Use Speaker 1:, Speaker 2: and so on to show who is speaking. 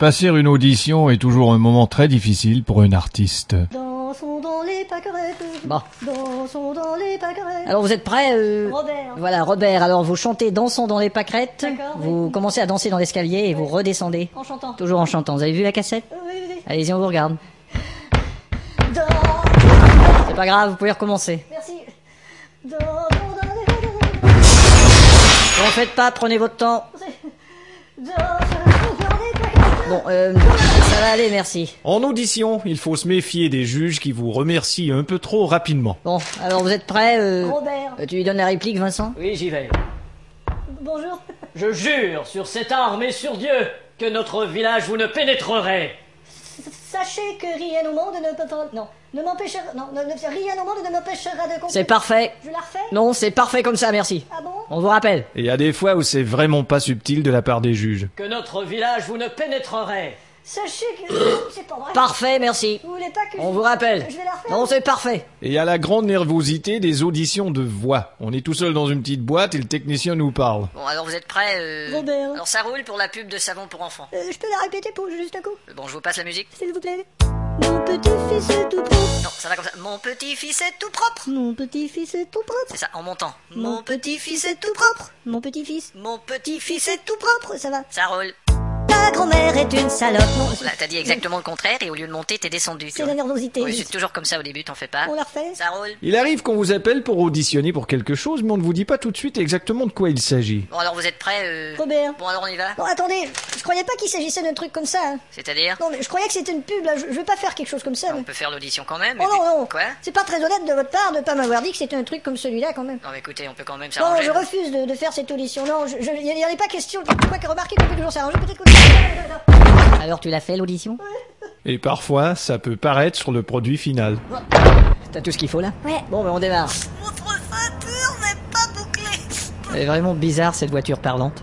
Speaker 1: Passer une audition est toujours un moment très difficile pour un artiste.
Speaker 2: Dansons dans les pâquerettes.
Speaker 3: Bon.
Speaker 2: Dansons dans les pâquerettes.
Speaker 3: Bah. Alors vous êtes prêts euh,
Speaker 2: Robert.
Speaker 3: Voilà, Robert, alors vous chantez Dansons dans les pâquerettes,
Speaker 2: D'accord, oui.
Speaker 3: vous commencez à danser dans l'escalier et vous redescendez,
Speaker 2: En chantant.
Speaker 3: toujours en chantant. Vous avez vu la cassette
Speaker 2: Oui, oui,
Speaker 3: Allez-y, on vous regarde.
Speaker 2: oui. Dans.
Speaker 3: C'est pas grave, vous pouvez recommencer.
Speaker 2: Merci. Dansons dans les pâquerettes.
Speaker 3: Bon, faites pas, prenez votre temps.
Speaker 2: Dansons dans les pâquerettes.
Speaker 3: Bon, euh, ça va aller, merci.
Speaker 1: En audition, il faut se méfier des juges qui vous remercient un peu trop rapidement.
Speaker 3: Bon, alors vous êtes prêts euh,
Speaker 2: Robert.
Speaker 3: euh, Tu lui donnes la réplique, Vincent
Speaker 4: Oui, j'y vais.
Speaker 2: Bonjour.
Speaker 4: Je jure sur cette arme et sur Dieu que notre village vous ne pénétrerez.
Speaker 2: Sachez que rien au monde ne peut. Non. Ne m'empêchera. Non, ne, ne- rien au monde ne m'empêchera de comprendre.
Speaker 3: C'est parfait.
Speaker 2: Je la refais
Speaker 3: Non, c'est parfait comme ça, merci.
Speaker 2: Ah bon
Speaker 3: On vous rappelle.
Speaker 1: Et il y a des fois où c'est vraiment pas subtil de la part des juges.
Speaker 4: Que notre village vous ne pénétrerez.
Speaker 2: Sachez que. C'est pas vrai.
Speaker 3: Parfait, merci.
Speaker 2: Vous voulez pas que.
Speaker 3: On vous rappelle.
Speaker 2: Je vais la refaire.
Speaker 3: Non, c'est parfait.
Speaker 1: Et il y a la grande nervosité des auditions de voix. On est tout seul dans une petite boîte et le technicien nous parle.
Speaker 3: Bon, alors vous êtes prêts euh,
Speaker 2: Robert.
Speaker 3: Alors ça roule pour la pub de savon pour enfants.
Speaker 2: Euh, je peux la répéter pour juste un coup,
Speaker 3: Bon, je vous passe la musique.
Speaker 2: s'il vous plaît. Mon petit-fils est tout propre.
Speaker 3: Non, ça va comme ça. Mon petit-fils est tout propre.
Speaker 2: Mon petit-fils est tout propre.
Speaker 3: C'est ça, en montant.
Speaker 2: Mon
Speaker 3: Mon
Speaker 2: petit-fils
Speaker 3: petit-fils
Speaker 2: est tout propre. Mon petit-fils.
Speaker 3: Mon petit-fils
Speaker 2: Fils
Speaker 3: est...
Speaker 2: est tout propre, ça va.
Speaker 3: Ça roule.
Speaker 2: Ta grand-mère est une salope. Non,
Speaker 3: Là, t'as dit exactement le contraire et au lieu de monter, t'es descendu. tu
Speaker 2: C'est la
Speaker 3: vois.
Speaker 2: nervosité.
Speaker 3: Oui, c'est toujours comme ça au début, t'en fais pas.
Speaker 2: On la refait
Speaker 3: Ça roule.
Speaker 1: Il arrive qu'on vous appelle pour auditionner pour quelque chose, mais on ne vous dit pas tout de suite exactement de quoi il s'agit.
Speaker 3: Bon, alors vous êtes prêts euh,
Speaker 2: Robert.
Speaker 3: Bon, alors on y va.
Speaker 2: Bon, attendez, je croyais pas qu'il s'agissait d'un truc comme ça. hein.
Speaker 3: C'est-à-dire
Speaker 2: Non, mais je croyais que c'était une pub, là. Je, je veux pas faire quelque chose comme ça.
Speaker 3: On
Speaker 2: mais-
Speaker 3: peut faire l'audition quand même.
Speaker 2: Oh
Speaker 3: et puis-
Speaker 2: non, non.
Speaker 3: Quoi
Speaker 2: C'est pas très honnête de votre part de pas m'avoir dit que c'était un truc comme celui-là, quand même.
Speaker 3: Non, mais écoutez, on peut quand même
Speaker 2: Non,
Speaker 3: s'arranger.
Speaker 2: je refuse de, de faire cette audition. Non, je- je- il n'y en a pas question. Je crois que remarquez qu'on peut toujours s'arranger. Peut-être que.
Speaker 3: Alors tu l'as fait l'audition
Speaker 1: Et parfois, ça peut paraître sur le produit final.
Speaker 3: T'as tout ce qu'il faut là
Speaker 2: Ouais.
Speaker 3: Bon, ben on démarre.
Speaker 2: Votre ceinture n'est pas bouclée.
Speaker 3: Elle est vraiment bizarre cette voiture parlante.